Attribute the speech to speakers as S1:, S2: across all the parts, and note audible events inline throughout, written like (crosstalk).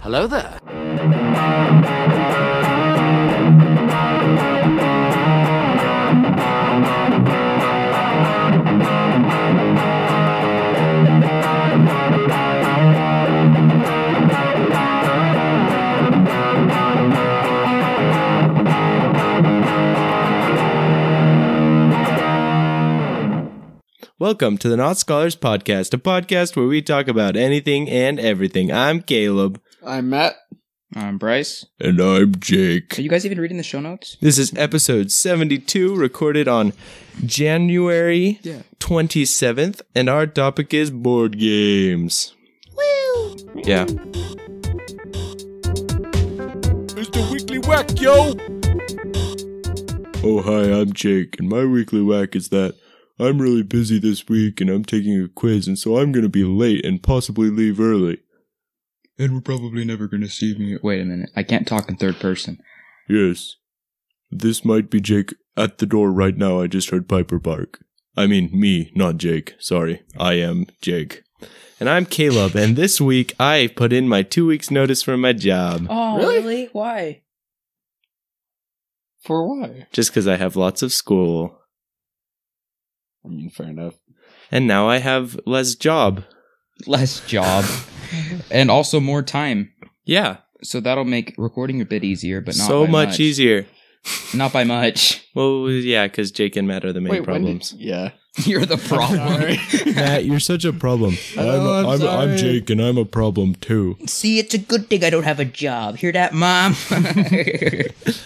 S1: Hello there.
S2: Welcome to the Not Scholars Podcast, a podcast where we talk about anything and everything. I'm Caleb.
S3: I'm Matt.
S4: Um, Bryce,
S2: And I'm
S4: are
S2: Jake.
S4: you guys even reading the show notes?
S2: This is episode 72, recorded on January
S3: Yeah.
S2: 27th, and our topic is board games. Woo! Yeah. It's the weekly whack, yo! Oh, hi, I'm Jake, and my weekly whack is that I'm really busy this week and I'm taking a quiz, and so I'm gonna be late and possibly leave early.
S4: And we're probably never gonna see me. Wait a minute, I can't talk in third person.
S2: Yes. This might be Jake at the door right now. I just heard Piper bark. I mean, me, not Jake. Sorry. I am Jake. And I'm Caleb, and this week I put in my two weeks' notice for my job.
S4: Oh,
S3: Really?
S4: Why?
S3: For why?
S2: Just because I have lots of school.
S3: I mean, fair enough.
S2: And now I have less job.
S4: Less
S3: (laughs)
S4: job, and also more time.
S2: Yeah.
S4: So that'll make recording a bit easier, but not
S2: so
S4: by
S2: much, easier.
S4: Not by much.
S2: Well, yeah, because Jake and Matt are the main
S3: when did-
S2: problems.
S3: yeah.
S4: (laughs) You're
S3: (laughs)
S4: the problem.
S2: (laughs) Matt, you're such a problem.
S3: Oh, I'm I'm- I'm sorry. Jake,
S2: and I'm a problem too.
S4: see, it's a good thing I don't have a job. Hear that,
S3: (laughs)
S4: mom? (laughs)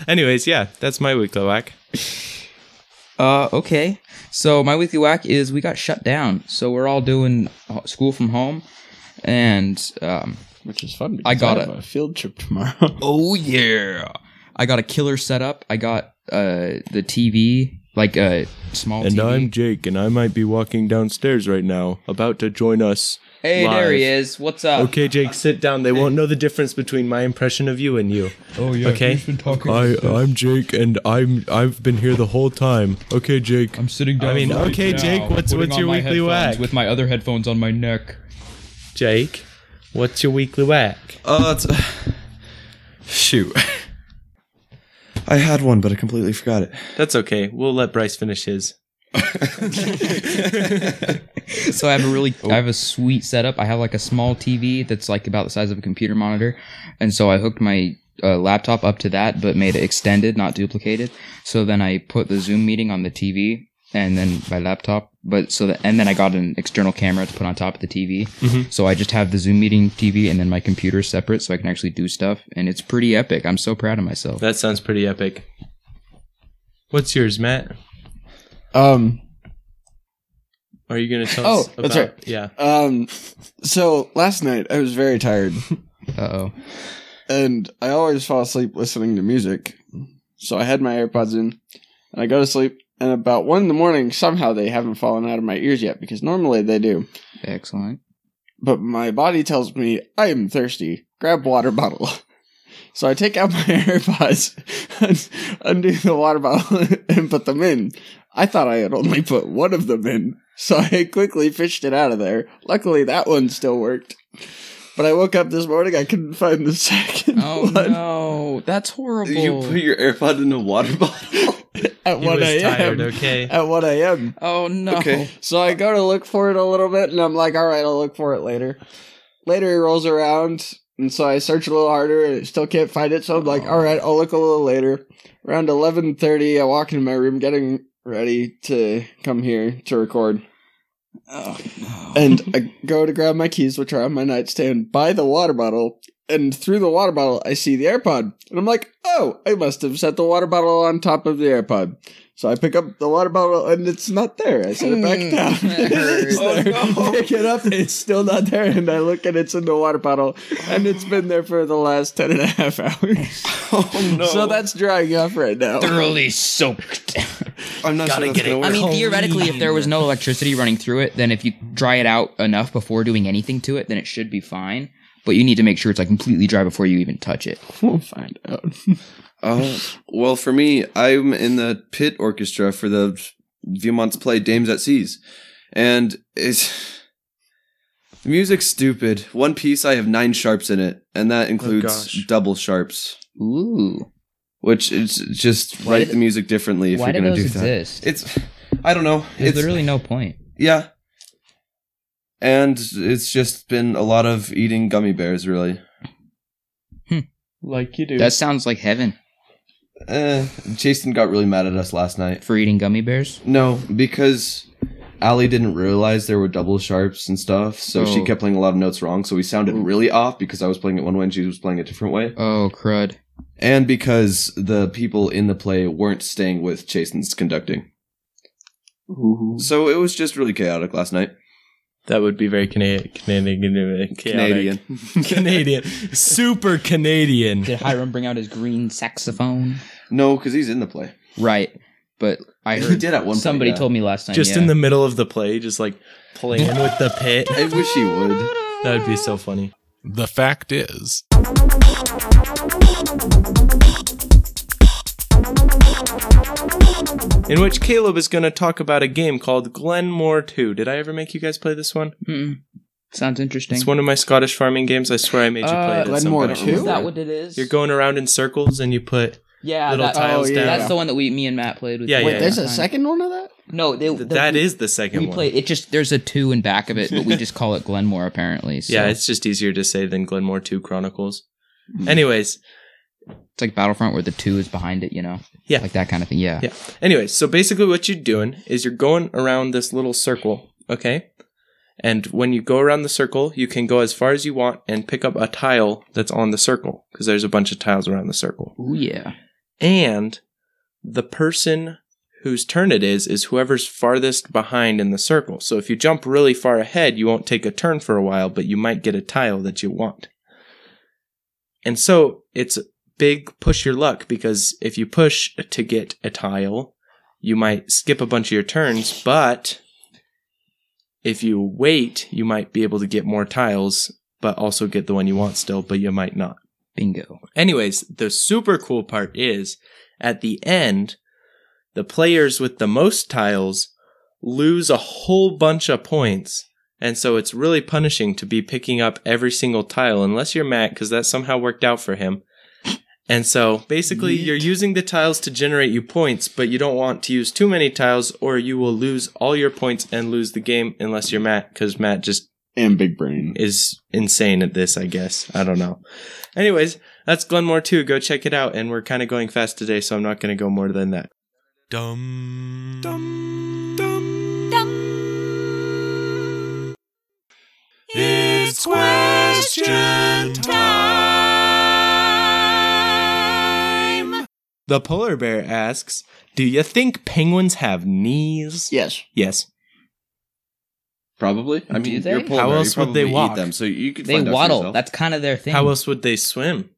S2: Anyways, yeah, that's my weekly whack.
S4: uh, okay. So my weekly whack is we got shut down, so we're all doing uh, school from home, and um.
S3: Which is fun.
S4: I
S3: because
S4: got
S3: have
S4: it.
S3: A field trip tomorrow. (laughs)
S4: Oh yeah! I got a killer setup. I got uh the TV, like a small
S2: And
S4: TV.
S2: I'm Jake, and I might be walking downstairs right now, about to join us.
S4: hey, there he
S2: live.
S4: is. What's up?
S2: Okay, Jake, sit down. They won't know the difference between my impression of you and you.
S5: Oh yeah,
S2: Okay.
S5: He's been talking.
S2: I I'm Jake, and I'm I've been here the whole time. Okay, Jake.
S5: I'm sitting down.
S2: I mean,
S5: right
S2: okay,
S5: now,
S2: Jake, what's-
S5: putting
S2: what's
S5: on
S2: your
S5: my
S2: weekly
S5: headphones
S2: whack?
S5: With my other headphones on my neck.
S2: Jake, what's your weekly whack?
S6: Uh, it's, (sighs) shoot. I had one, but I completely forgot it.
S2: That's okay. We'll let Bryce finish his.
S4: So I have a
S6: (laughs)
S4: really,
S6: Oh.
S4: I have a sweet setup. I have like a small TV that's like about the size of a computer monitor, and so I hooked my uh, laptop up to that, but made it extended, not duplicated. So then I put the Zoom meeting on the TV, and then my laptop. But so that, and then I got an external camera to put on top of the TV.
S6: Mm-hmm.
S4: So I just have the Zoom meeting TV and then my computer separate, so I can actually do stuff, and it's pretty epic. I'm so proud of myself.
S2: That sounds pretty epic. What's yours, Matt?
S3: um.
S2: Are you gonna tell us?
S3: Oh, that's
S2: about-
S3: right.
S2: Yeah.
S3: Um. So last night I was very tired,
S4: Uh oh.
S3: and I always fall asleep listening to music. So I had my AirPods in, and I go to sleep. And about one in the morning, somehow they haven't fallen out of my ears yet because normally they do.
S6: (laughs)
S4: Excellent.
S3: but my body tells me I am thirsty. Grab water bottle. (laughs) So I take out my (laughs) AirPods, un- undo the water bottle, (laughs) and put them in. I thought I had only put one of them in, so (laughs) I quickly fished it out of there. Luckily, that one still worked. But I woke up this morning, I couldn't find the (laughs) second
S4: Oh
S3: one
S4: no, that's horrible.
S6: You put your AirPod in a water bottle.
S3: (laughs) at
S2: Oh. He
S3: 1
S2: was tired.
S3: a.m.
S2: Okay.
S3: At 1 a.m.
S4: oh no.
S6: Okay.
S3: So I go to look for it a little bit, and I'm like, all right, I'll look for it later. Later, it rolls around, and so I search a little harder, and still can't find it. So I'm like, all right, I'll look a little later. Around 11:30, I walk into my room, getting ready to come here to record,
S4: Oh no.
S3: and I go to grab my keys, which are on my nightstand, by the water bottle. And through the water bottle, I see the AirPod, and I'm like, "Oh, I must have set the water bottle on top of the AirPod." So I pick up the water bottle, and it's not there. I set it back
S4: Hmm,
S3: down.
S4: that
S3: (laughs)
S4: hurts.
S3: It's there. (laughs) Pick it up, it's still not there, and I look and it's in the water bottle, and it's been there for the last ten and a half (laughs) hours.
S6: oh no!
S3: So that's drying off right now.
S4: thoroughly soaked.
S6: I'm not sure that's gonna work.
S4: I mean, theoretically, if there was no electricity running through it, then if you dry it out enough before doing anything to it, then it should be fine. But you need to make sure it's like completely dry before you even touch it.
S3: We'll find out.
S6: Uh, well, for me, I'm in the pit orchestra for the Viewmont's play Dames at Seas, and it's (sighs) The music's stupid. One piece, I have nine sharps in it, and that includes
S2: gosh.
S6: double sharps,
S4: Ooh.
S6: which is just
S4: Why
S6: write
S4: do-
S6: the music differently if
S4: Why
S6: you're
S4: do
S6: going to
S4: those
S6: do that.
S4: exist?
S6: It's, I don't know.
S4: There's
S6: it's
S4: literally no point.
S6: yeah. And it's just been a lot of eating gummy bears, really.
S3: Like you do.
S4: That sounds like heaven
S6: Eh, Jason got really mad at us last night.
S4: for eating gummy bears.
S6: No, because Allie didn't realize there were double sharps and stuff, so she
S4: Oh.
S6: kept playing a lot of notes wrong. So we sounded really off because I was playing it one way and she was playing a different way,
S4: Oh crud.
S6: and because the people in the play weren't staying with Jason's conducting.
S3: Ooh.
S6: So it was just really chaotic last night.
S2: That would be very Canadian. Canadian.
S6: Canadian.
S2: (laughs) Canadian. Super Canadian.
S4: Did Hiram bring out his green saxophone?
S6: No, because he's in the play.
S4: Right. But I
S6: He
S4: heard
S6: did at one point,
S4: somebody
S6: yeah.
S4: told me last time.
S2: Just
S4: yeah.
S2: in the middle of the play, just like playing with the pit.
S6: I wish he would.
S2: (laughs) That would be so funny.
S1: The fact is,
S2: In which Caleb is going to talk about a game called Glenmore 2. Did I ever make you guys play this one?
S4: Mm-mm. Sounds interesting.
S2: It's one of my Scottish farming games. I swear I made you play
S4: Uh,
S2: it. at some
S3: Glenmore
S2: point.
S3: Two? Is
S4: Is that what it is?
S2: You're going around in circles and you put
S4: yeah,
S2: little
S4: that-
S2: tiles
S3: oh, yeah.
S2: down.
S4: that's the one that we, me and Matt played with.
S2: Yeah,
S4: you
S2: yeah,
S3: Wait,
S4: last
S2: yeah.
S3: there's a
S4: time.
S3: second one of that?
S4: No, they,
S2: Th-
S4: the-
S2: that
S4: we-
S2: is the second
S4: we
S2: one.
S4: play. It just there's a two in back of it, but we just call it Glenmore apparently. So
S2: (laughs) Yeah, it's just easier to say than Glenmore 2 Chronicles. Anyways,
S4: it's like Battlefront where the two is behind it. You know.
S2: Yeah.
S4: Like that kind of thing. Yeah.
S2: Yeah. Anyway, so basically what you're doing is you're going around this little circle, okay? And when you go around the circle, you can go as far as you want and pick up a tile that's on the circle because there's a bunch of tiles around the circle.
S4: Ooh yeah.
S2: And the person whose turn it is is whoever's farthest behind in the circle. So if you jump really far ahead, you won't take a turn for a while, but you might get a tile that you want. And so it's big push your luck because if you push to get a tile, you might skip a bunch of your turns, but if you wait, you might be able to get more tiles, but also get the one you want still, but you might not.
S4: Bingo.
S2: Anyways, the super cool part is at the end, the players with the most tiles lose a whole bunch of points. And so it's really punishing to be picking up every single tile unless you're Matt, because that somehow worked out for him. And so basically, you're using the tiles to generate you points, but you don't want to use too many tiles or you will lose all your points and lose the game unless you're Matt, because Matt just
S3: And Big Brain.
S2: is insane at this, I guess. I don't know. Anyways, that's Glenmore 2. Go check it out. And we're kind of going fast today, so I'm not going to go more than that. Dum. Dum. Dum.
S1: it's question time.
S2: The polar bear asks Do you think penguins have knees?
S3: Yes.
S2: Yes.
S6: Probably.
S4: Do
S6: I mean,
S4: they?
S6: you're polar
S2: How
S6: bear,
S2: else
S6: you
S2: would they
S6: probably eat
S2: walk?
S6: them, so you could
S4: They
S6: find out for
S4: waddle.
S6: yourself.
S4: That's kind of their thing.
S2: How else would they swim?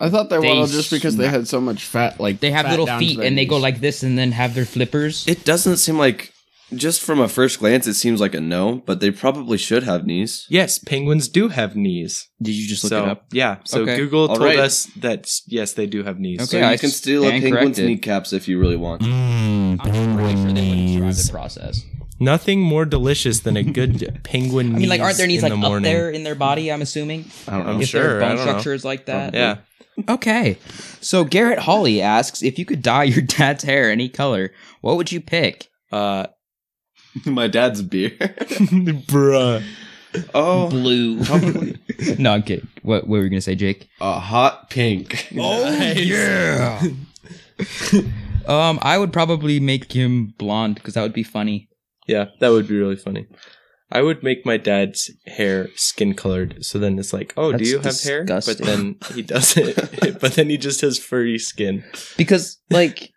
S3: I thought they,
S4: They
S3: were all just because they
S4: smack-
S3: had so much fat. Like
S4: They have
S3: fat
S4: little
S3: down to
S4: feet
S3: their
S4: and they go
S3: knees.
S4: like this and then have their
S2: (laughs)
S4: flippers.
S6: It doesn't seem like, just from a first glance, it seems like a no, but they probably should have knees.
S2: Yes, penguins do have knees.
S4: Did you just look
S2: so,
S4: it up?
S2: Yeah. So
S4: Okay.
S2: Google
S6: All
S2: told
S6: right.
S2: us that, yes, they do have knees.
S4: Okay.
S6: So
S4: Yeah, I
S6: you can
S4: s-
S6: steal a
S4: stand
S6: penguin's
S4: corrected.
S6: kneecaps if you really want.
S4: I'm pretty sure they wouldn't survive the process.
S2: Nothing more delicious than
S4: (laughs)
S2: a good penguin
S4: I mean, like, aren't their knees
S2: in
S4: like
S2: the
S4: up
S2: morning.
S4: there in their body? I'm assuming.
S6: I don't know.
S2: I'm
S4: if
S2: sure,
S4: their
S2: I
S4: bone
S2: don't
S4: structure is like that.
S2: Yeah.
S4: Okay. So Garrett Hawley asks if you could dye your dad's hair any color, what would you pick?
S2: Uh,
S6: (laughs) My dad's beer. (laughs)
S2: bruh.
S6: oh,
S4: Blue.
S6: probably
S4: (laughs) no, I'm kidding. What, what were you gonna say, Jake?
S6: a hot pink. Oh.
S4: yeah. um, I would probably make him blonde because that would be funny.
S2: Yeah, that would be really funny. I would make my dad's hair skin colored, so then it's like, oh, do
S4: That's
S2: you have
S4: disgusting.
S2: hair? But then
S4: (laughs)
S2: he doesn't. (laughs) but then he just has furry skin.
S4: Because like,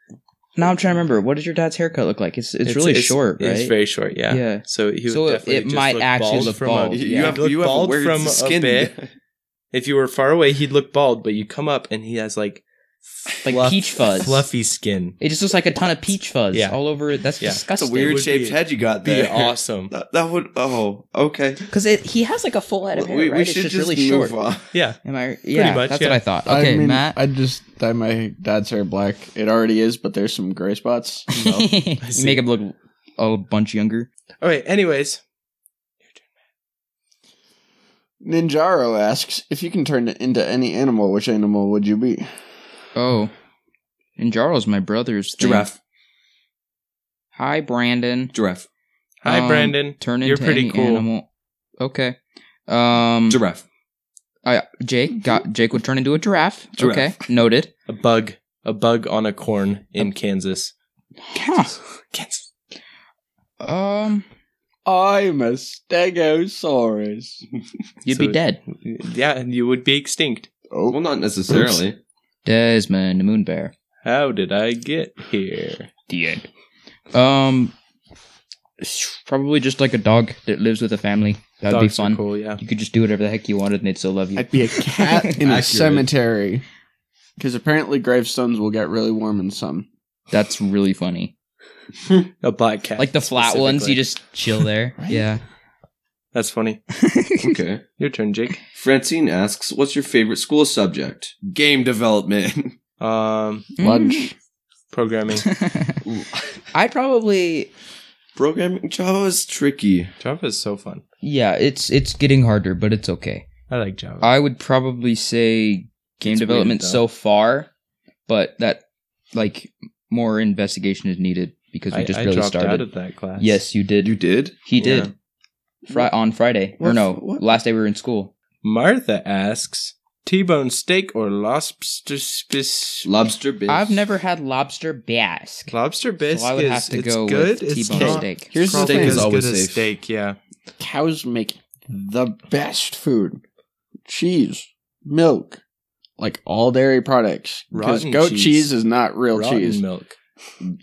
S4: now I'm trying to remember. What does your dad's haircut look like? It's it's, really short, right?
S2: It's very short. Yeah.
S4: Yeah.
S2: So he would
S4: So it-
S2: definitely
S4: it
S2: just
S4: might
S2: look
S4: actually
S2: bald
S4: look
S2: from
S4: bald.
S2: A,
S4: You
S2: you
S4: have-
S2: have look
S6: (laughs) you have a
S2: bald
S6: weird
S2: from
S6: skin.
S2: a bit. If you were far away, he'd look bald, but you come up and he has like
S4: Like
S2: fluff-
S4: peach fuzz.
S2: fluffy skin.
S4: It just looks like a ton of peach fuzz
S2: Yeah.
S4: all over it. That's
S2: Yeah. That's a
S6: (laughs) That's
S4: disgusting.
S6: a weird
S2: would
S6: shaped
S2: be-
S6: head you got
S2: Be
S6: there.
S2: awesome.
S6: (laughs) That, that would. Oh, okay.
S4: Because he has like a full head of hair,
S6: We,
S4: right?
S6: we
S4: it's
S6: should
S4: just,
S6: just,
S4: really short.
S6: move on.
S2: Yeah.
S4: Am I? Yeah,
S2: much,
S4: that's
S2: yeah.
S4: what I thought. Okay,
S3: I mean,
S4: Matt.
S3: I just dye my dad's hair black. It already is, but there's some gray spots.
S4: (laughs)
S3: So.
S4: You make him look a bunch younger.
S2: All right. Anyways,
S3: (laughs) Ninjaro asks if you can turn it into any animal. Which animal would you be?
S4: Oh, and Jarl's my brother's thing.
S6: Giraffe.
S4: Hi, Brandon.
S6: Giraffe.
S2: Hi,
S4: Um,
S2: Brandon.
S4: Turn into
S2: You're pretty
S4: any
S2: cool.
S4: animal. Okay. Um,
S6: Giraffe.
S4: I, Jake got Jake would turn into a giraffe.
S6: Giraffe.
S4: Okay, noted.
S2: A bug. A bug on a corn in
S4: (laughs)
S2: Kansas.
S4: Huh.
S2: Kansas.
S4: Um,
S3: I'm a stegosaurus.
S4: you'd
S2: So-
S4: be dead.
S2: Yeah, you would be extinct.
S3: Oh,
S6: Well, not necessarily.
S4: Desmond the Moon Bear.
S2: How did I get here?
S4: The end. Um, probably just like a dog that lives with a family. That'd be
S2: Dogs are
S4: fun.
S2: cool, yeah.
S4: You could just do whatever the heck you wanted, and they'd still love you.
S3: I'd be
S4: (laughs)
S3: a cat in a
S6: Accurate.
S3: cemetery. Because apparently gravestones will get really warm
S4: (laughs)
S3: in some.
S4: That's really funny.
S2: A black cat.
S4: Like the flat ones,
S2: specifically.
S4: you just chill there. Yeah.
S2: That's funny. (laughs)
S6: okay.
S2: Your turn, Jake.
S6: Francine asks, "What's your favorite school subject?" Game development. (laughs)
S2: Um,
S3: Lunch.
S2: programming.
S4: (laughs) I'd probably
S6: Programming Java is tricky.
S2: Java is so fun.
S4: yeah, it's it's getting harder, but it's okay.
S2: I like Java.
S4: I would probably say game
S2: It's
S4: development
S2: weird,
S4: so
S2: though.
S4: far, but that like more investigation is needed because we
S2: I,
S4: just
S2: I
S4: really
S2: dropped out
S4: started.
S2: of that class.
S4: Yes, you did.
S6: You did?
S4: he
S2: Yeah.
S4: did. Fri- on Friday
S6: What-
S4: or no,
S6: what-
S4: last day we were in school.
S2: Martha asks, T-bone steak or lobster spis-
S6: Lobster bisque.
S4: I've never had lobster basque.
S2: lobster bisque
S4: so I would
S2: is
S4: have to
S2: it's
S4: go
S2: good.
S4: with
S2: it's
S4: T-bone
S2: not-
S4: steak.
S3: Here's the
S2: Steak
S3: thing.
S2: is always
S6: always
S2: good as
S6: safe.
S2: steak, yeah.
S3: cows make the best food cheese milk like all dairy products because
S2: Rotten
S3: goat
S2: cheese.
S3: cheese. is not real
S2: Rotten
S3: cheese
S2: milk.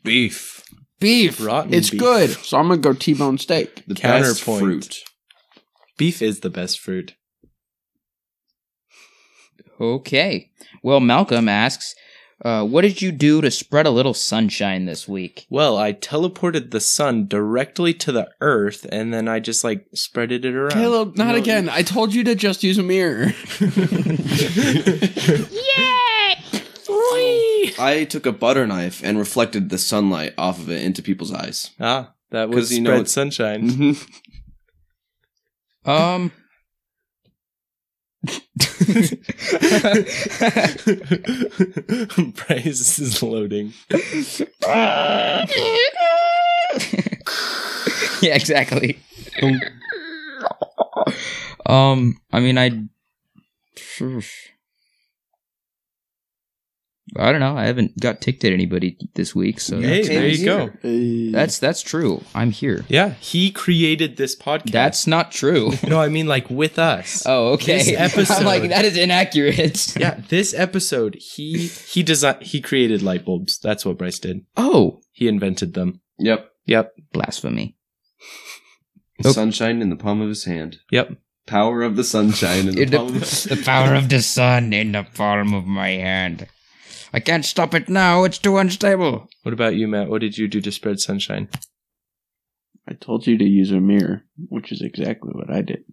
S6: beef.
S3: beef
S2: Rotten
S3: it's
S2: beef.
S3: good so i'm gonna go t-bone steak
S6: The best
S2: Counterpoint.
S6: fruit.
S2: Beef is the best fruit.
S4: Okay. Well, Malcolm asks, uh, what did you do to spread a little sunshine this week?
S2: Well, I teleported the sun directly to the earth and then I just like spreaded it around.
S3: caleb not again i told you to just use a mirror
S6: I took a butter knife and reflected the sunlight off of it into people's eyes.
S2: Ah, that was
S6: 'Cause you
S2: spread
S6: know it's-
S2: sunshine.
S6: (laughs)
S4: Um. (laughs)
S2: Mm-hmm. (laughs) Bryce is loading.
S4: (laughs) yeah, exactly. um, I mean, I. I don't know. I haven't got ticked at anybody this week, so
S2: Hey,
S4: that's,
S2: (laughs) there
S4: nice.
S2: you go.
S4: that's that's true. I'm here.
S2: Yeah, he created this podcast.
S4: That's not true.
S2: no, I mean like with us.
S4: (laughs) Oh, okay.
S2: This episode-
S4: (laughs) I'm like that is inaccurate. (laughs)
S3: (laughs)
S2: Yeah, this episode he he design he created light bulbs. That's what Bryce did.
S4: Oh,
S2: He invented them.
S6: Yep.
S2: Yep.
S4: blasphemy. Oh.
S6: Sunshine in the palm of his hand.
S2: Yep.
S6: Power of the sunshine
S3: (laughs)
S6: in the
S4: In the- (laughs)
S6: palm of his
S4: the power of the sun in the palm of my hand. I can't stop it now. It's too unstable.
S2: What about you, Matt? What did you do to spread sunshine?
S3: i told you to use a mirror which is exactly what i did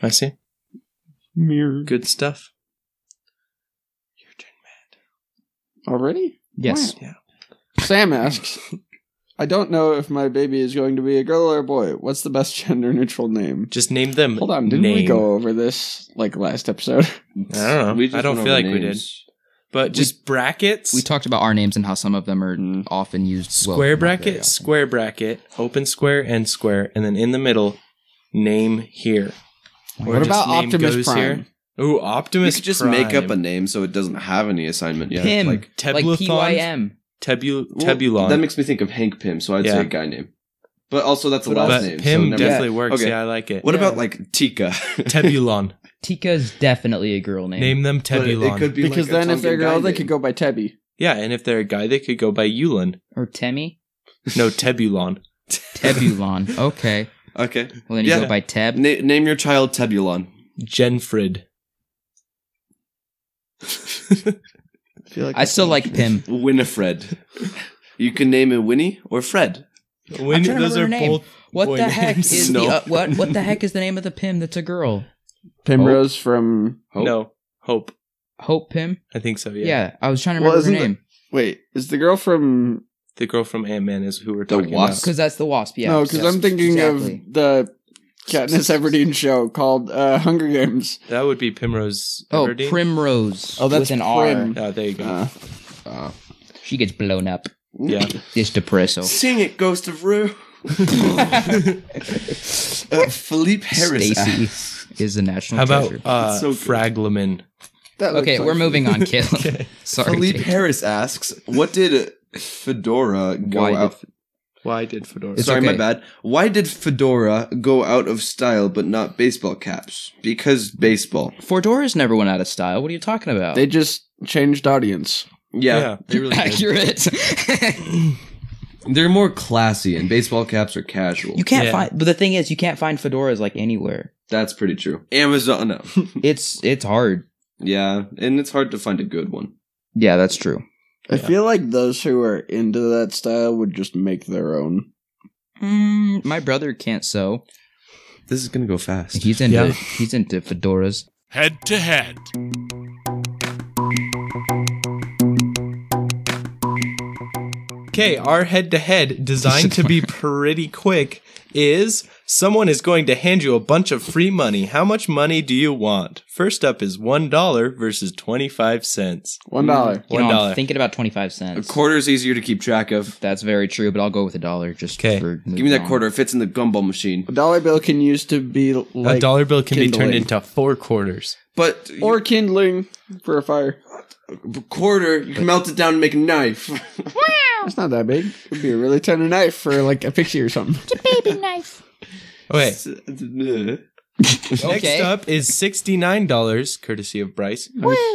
S2: I see.
S3: mirror
S2: Good stuff. Your turn,
S3: already
S4: Yes.
S3: Wow.
S2: Yeah.
S3: sam asks i don't know if my baby is going to be a girl or a boy what's the best (laughs) gender neutral name
S2: Just name them.
S3: Hold on, didn't we
S2: Name.
S3: go over this like last (laughs) episode?
S2: I don't know.
S6: We just
S2: I don't
S6: went
S2: feel
S6: over
S2: like we did.
S6: names.
S2: But just brackets.
S4: We talked about our names and how some of them are
S3: Mm.
S4: often used. well, not very
S2: square bracket,
S4: often.
S2: square bracket, open square, and square, and then in the middle, name here. Or
S3: what
S2: just
S3: about
S2: name
S3: Optimus
S2: goes
S3: Prime?
S2: here. Ooh,
S6: You
S2: Optimus.
S6: could just
S2: Prime.
S6: make up a name so it doesn't have any assignment yet.
S4: Pim,
S6: Like,
S4: like,
S2: Tebulathon?
S4: PYM.
S2: tebu
S6: well,
S2: tebulon.
S6: That makes me think of Hank Pim, so I'd
S2: Yeah.
S6: say a guy name. But also, that's the
S4: But
S6: last
S2: but
S6: name. so
S2: Pim
S6: never-
S2: definitely works.
S6: Okay.
S2: Yeah, I like it.
S6: What
S4: Yeah.
S6: about like Tika? (laughs)
S2: Tebulon.
S4: Tika is definitely a girl name.
S2: Name them
S6: But it-
S2: Tebulon.
S6: It could be
S3: Because
S6: like a
S3: then if they're
S6: Tongan
S3: girl,
S6: guy
S3: they
S6: name.
S3: could go by Tebby.
S2: yeah, and if they're a guy, they could go by Yulon.
S4: or Temi?
S6: (laughs)
S2: No, Tebulon.
S4: (laughs) Tebulon. Okay.
S6: Okay.
S4: Well, then you
S6: Yeah.
S4: go by Teb.
S6: Na- name your child Tebulon.
S2: Genfrid.
S4: I still like
S6: (laughs)
S4: Pim.
S3: (laughs)
S6: Winifred. you can name it Winnie or Fred.
S4: trying
S2: When
S4: to remember her name. What
S2: boy
S4: the heck
S2: names.
S4: is
S6: No.
S4: the uh, what? What the heck is the name of the Pim that's a girl?
S3: Primrose from
S6: Hope?
S2: No, Hope.
S4: Hope Pim.
S2: I think so.
S4: Yeah,
S2: Yeah.
S4: I was trying to
S3: Well,
S4: remember her
S3: isn't
S4: name
S3: wait, is the girl from
S2: The girl from Ant Man is who we're
S6: The
S2: talking
S6: Wasp?
S4: because that's the wasp. Yeah.
S3: No, because
S4: yes,
S3: I'm thinking
S4: exactly.
S3: of the Katniss (laughs) Everdeen show called uh, Hunger Games.
S2: That would be Primrose.
S4: Oh,
S2: Everdeen?
S4: Primrose.
S3: Oh, that's
S4: with an
S3: Prim.
S2: Oh, there you go.
S3: Uh,
S4: R. She gets blown up. (laughs)
S2: yeah.
S4: This depresso.
S6: Sing it, Ghost of (laughs) Rue. uh, Philippe Harris.
S4: Stacy is a national
S2: How about
S4: treasure.
S2: uh,
S6: so good.
S2: Fragleman?
S3: that looks
S4: okay,
S3: like-
S4: we're moving on, Caleb. Sorry.
S6: Philippe
S4: Jake.
S6: Harris asks, "What did Fedora go
S4: Why did
S6: out?
S2: Why did Fedora?
S4: It's
S6: Sorry, my
S4: okay.
S6: bad. Why did Fedora go out of style, but not baseball caps? Because baseball.
S4: Fedoras never went out of style. What are you talking about?
S3: They just changed audience.
S6: Yeah,
S2: Yeah.
S6: they
S4: (laughs)
S6: really did.
S4: Accurate.
S6: They're more classy, and baseball caps are casual.
S4: you can't
S2: Yeah.
S4: find, but the thing is, you can't find fedoras like anywhere.
S6: That's pretty true. Amazon.
S4: (laughs)
S6: No.
S4: It's it's hard.
S6: yeah, and it's hard to find a good one.
S4: Yeah, that's true.
S3: I feel like those who are into that style would just make their own.
S4: Mm, my brother can't sew.
S6: This is gonna go fast.
S4: He's into
S2: Yeah.
S4: he's into fedoras.
S1: Head to head.
S2: Okay, our head to head, designed (laughs) to be pretty quick, is someone is going to hand you a bunch of free money. How much money do you want? First up is $1 versus 25 cents.
S3: One dollar.
S4: You
S2: One
S4: know,
S2: dollar.
S4: I'm thinking about twenty five
S6: a
S4: cents.
S6: quarter's easier to keep track of.
S4: That's very true, but I'll go with a dollar just
S2: 'Kay.
S4: for
S6: Give me that
S4: moving
S6: quarter. It fits in the gumball machine.
S3: A dollar bill can use to be like
S2: a dollar bill can be turned
S3: kindling.
S2: into four quarters.
S6: But you-
S3: or kindling for a fire.
S6: quarter, you can melt it down and make a knife.
S3: That's not that big. It'd be a really tender knife for like a pixie or something.
S2: Okay,
S4: on. Okay.
S2: next up is $69, courtesy of Bryce,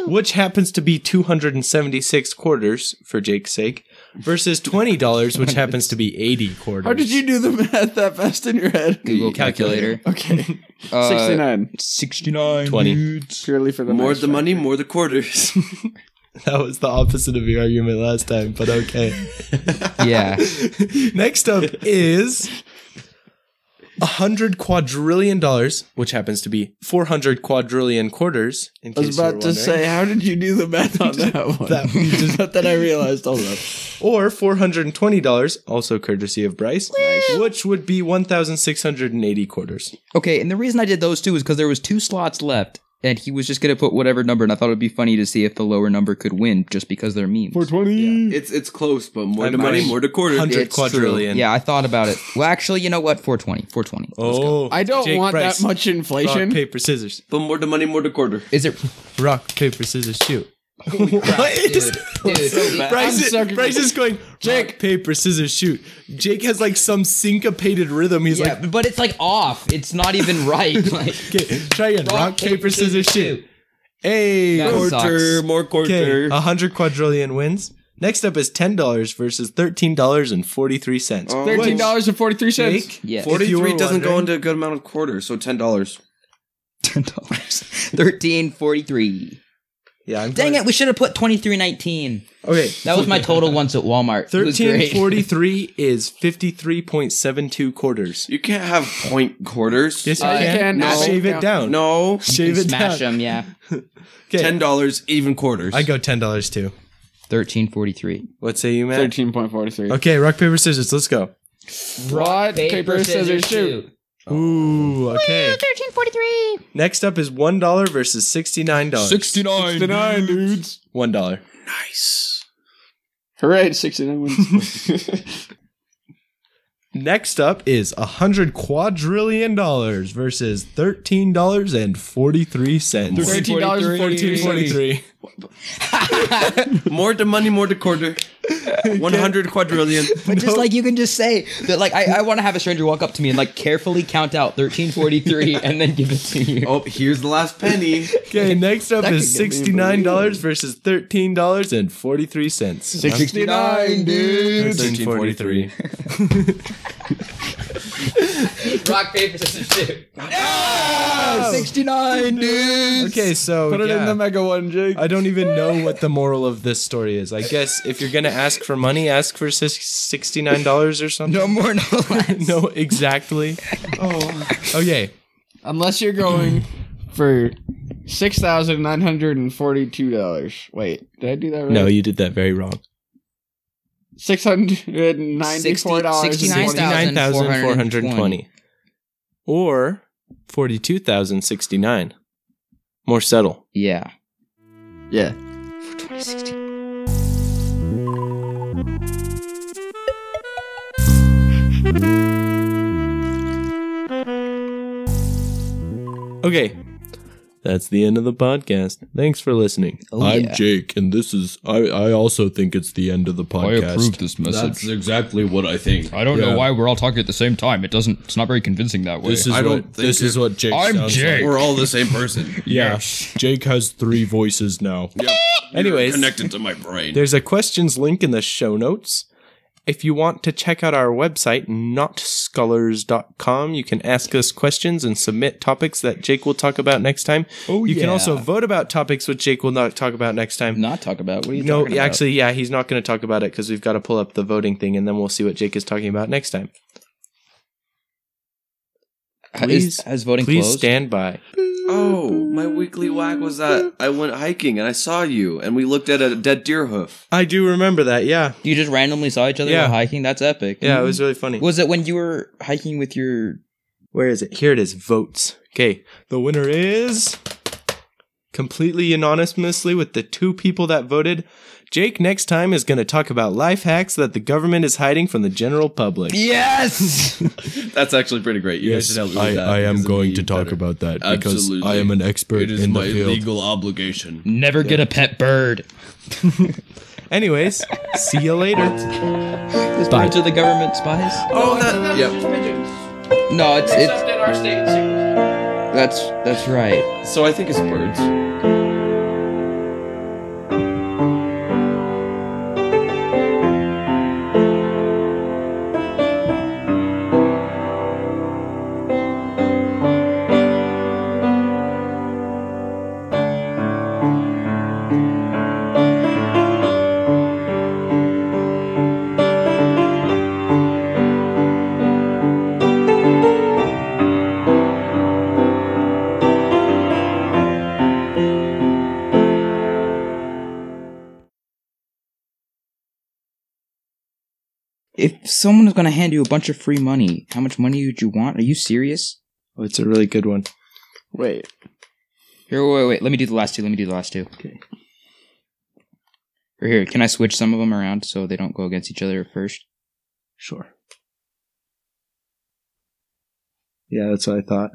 S2: which happens to be 276 quarters for Jake's sake, versus $20, which happens to be 80 quarters.
S3: How did you do the math that fast in your head?
S4: Google calculator.
S3: (laughs) Okay,
S4: Uh,
S3: sixty nine.
S4: 69.
S2: 20.
S3: Purely for the
S6: (laughs) more
S3: nice
S6: the
S3: fact.
S6: money, more the quarters. (laughs)
S2: That was the opposite of your argument last time, but
S3: (laughs)
S2: okay.
S4: (laughs) Yeah.
S2: Next up is a hundred quadrillion dollars, which happens to be four hundred quadrillion quarters. In
S3: I
S2: case
S3: was about
S2: you
S3: to
S2: were
S3: say, how did you do the math on (laughs) that one?
S2: wondering. that,
S3: but then I realized, hold up.
S2: or four hundred and twenty dollars, also courtesy of Bryce, which would be one thousand six hundred and eighty quarters.
S4: Okay, and the reason I did those two is because there was two slots left, and he was just gonna put whatever number, and I thought it'd be funny to see if the lower number could win, just because they're memes.
S3: (laughs) twenty.
S6: it's it's close, but more
S2: I'm
S6: the money,
S2: buying
S6: more the quarter.
S2: Hundred
S6: It's true.
S2: quadrillion.
S4: yeah, I thought about it. Well, actually, you know what? 420. 420. Let's go.
S2: Oh,
S3: I don't
S2: Jake
S3: want
S2: Bryce.
S3: that much
S2: Rock,
S3: inflation.
S2: paper, scissors.
S6: But more the money, more the quarter.
S4: Is
S3: (laughs)
S4: it?
S2: Rock, paper, scissors, shoot. what is
S4: Dude,
S2: Bryce,
S3: I'm
S2: is-
S3: sucking-
S2: Bryce is going, Jake, paper, scissors, shoot. Jake has like some syncopated rhythm. He's
S4: yeah, but it's like off. It's not even right. (laughs) Like,
S2: like, okay, try again. Rock, paper, scissors, shoot. Hey,
S4: That
S2: quarter.
S4: sucks.
S6: more
S2: Okay, Uh, 100 quadrillion wins. Next up is $10 versus $13.43.
S6: Oh.
S3: Thirteen dollars and forty three cents.
S2: Jake,
S4: Yes.
S2: if you were
S6: Forty-three doesn't go
S2: wondering-
S6: into a good amount of quarters, so ten dollars.
S4: Ten dollars. (laughs) Thirteen forty-three.
S2: Yeah, I'm
S4: Dang
S2: going-
S4: it! We should have put twenty-three nineteen.
S2: Okay.
S4: That was my
S3: (laughs)
S4: total once at Walmart. It was great. (laughs)
S2: 1343 is 53.72 quarters.
S6: You can't have point quarters. Uh,
S2: Yes,
S3: Uh,
S2: I
S3: you
S2: can.
S3: can. No.
S2: Shave it down.
S6: no.
S4: You
S2: Shave
S4: can
S2: it
S4: Smash
S2: down.
S4: them, yeah.
S2: Okay.
S6: Ten dollars, even quarters.
S2: I go $10 too.
S4: Thirteen forty-three.
S2: What say you, man?
S3: Thirteen point forty three.
S2: Okay, rock, paper, scissors. Let's go.
S3: Rock, paper, scissors, shoot.
S2: Ooh, okay. 1343. Next up is $1 versus $69.
S3: Sixty nine dudes.
S2: $1.
S6: nice.
S3: Hooray! Sixty nine wins.
S2: Next up is a 100 quadrillion dollars versus $13.43.
S3: Thirteen dollars and forty two cents.
S2: 43.
S6: More the money, more the quarter.
S2: (laughs)
S6: One hundred quadrillion.
S4: But just like you can just say that, like I, I want to have a stranger walk up to me and like carefully count out thirteen forty three
S5: (laughs)
S4: and then give it to you.
S6: Oh, here's the last penny.
S2: Okay, next up is
S3: could get me
S2: $69 versus $13.43.
S3: Sixty nine dudes.
S2: 1343.
S4: Rock paper scissors shoot.
S3: (laughs)
S4: Sixty nine, dude.
S2: Okay, so
S3: Put it in
S2: yeah.
S3: the mega one, Jake.
S2: I don't even know what the moral of this story is. I guess if you're going to ask for money, ask for sis- $69 or something.
S4: No more, no
S5: (laughs)
S4: less.
S2: (laughs) No, exactly. Oh. Okay.
S3: (laughs) Unless you're going for six thousand nine hundred and forty-two dollars. Wait, did I do that right?
S2: No, you did that very wrong.
S3: six hundred ninety-four dollars.
S4: Sixty- sixty-nine
S2: 9,420. or 42,069. More subtle.
S4: Yeah.
S3: Yeah.
S2: Okay. That's the end of the podcast. Thanks for listening.
S4: Oh,
S2: I'm
S4: yeah.
S2: Jake, and this is. I, I also think it's the end of the podcast.
S5: I approve this message.
S7: exactly what I think.
S5: I don't
S2: Yeah.
S5: know why we're all talking at the same time. It doesn't. It's not very convincing that way.
S2: This is
S7: I don't
S2: what
S7: think
S2: this is
S7: it-
S2: what Jake.
S5: I'm
S2: sounds
S5: Jake.
S2: Like.
S7: We're all the same person.
S2: Yeah, Jake has three voices now. Anyways,
S7: Connected to my brain.
S2: There's a questions link in the show notes. If you want to check out our website, notscholars.com, you can ask us questions and submit topics that Jake will talk about next time.
S4: Oh,
S2: you can
S4: yeah.
S2: also vote about topics which Jake will not talk about next time.
S4: Not talk about what are you
S2: No,
S4: talking about?
S2: actually, yeah, he's not going to talk about it because we've got to pull up the voting thing and then we'll see what Jake is talking about next time. please-
S4: is, has voting
S2: Please
S4: closed?
S2: stand by.
S6: Oh, my weekly whack was that I went hiking and I saw you and we looked at a dead deer hoof.
S2: I do remember that. Yeah.
S4: You just randomly saw each other
S2: Yeah.
S4: while hiking. That's epic.
S2: Yeah, it was really funny.
S4: Was it when you were hiking with your?
S2: Where is it? Here it is. Votes. Okay. The winner is completely anonymously with the two people that voted. Jake next time is going to talk about life hacks that the government is hiding from the general
S4: (laughs)
S2: public.
S4: Yes.
S6: That's actually pretty great. You guys should help me with that because it'd be better.
S2: about that
S7: Absolutely.
S2: expert
S7: It is my legal obligation.
S5: Never get a pet bird.
S2: (laughs) Anyways, see you later.
S4: This part to the government spies.
S6: Oh, that. Yep.
S4: No, it's it's. That's that's right.
S6: So I think it's birds.
S4: If someone was gonna hand you a bunch of free money, how much money would you want? Are you serious?
S2: Oh, it's a really good one.
S3: Wait.
S4: Here, wait, wait. Let me do the last two. Let me do the last two. Okay. Or here, can I switch some of them around so they don't go against each other at first?
S2: Sure. Yeah, that's what I thought.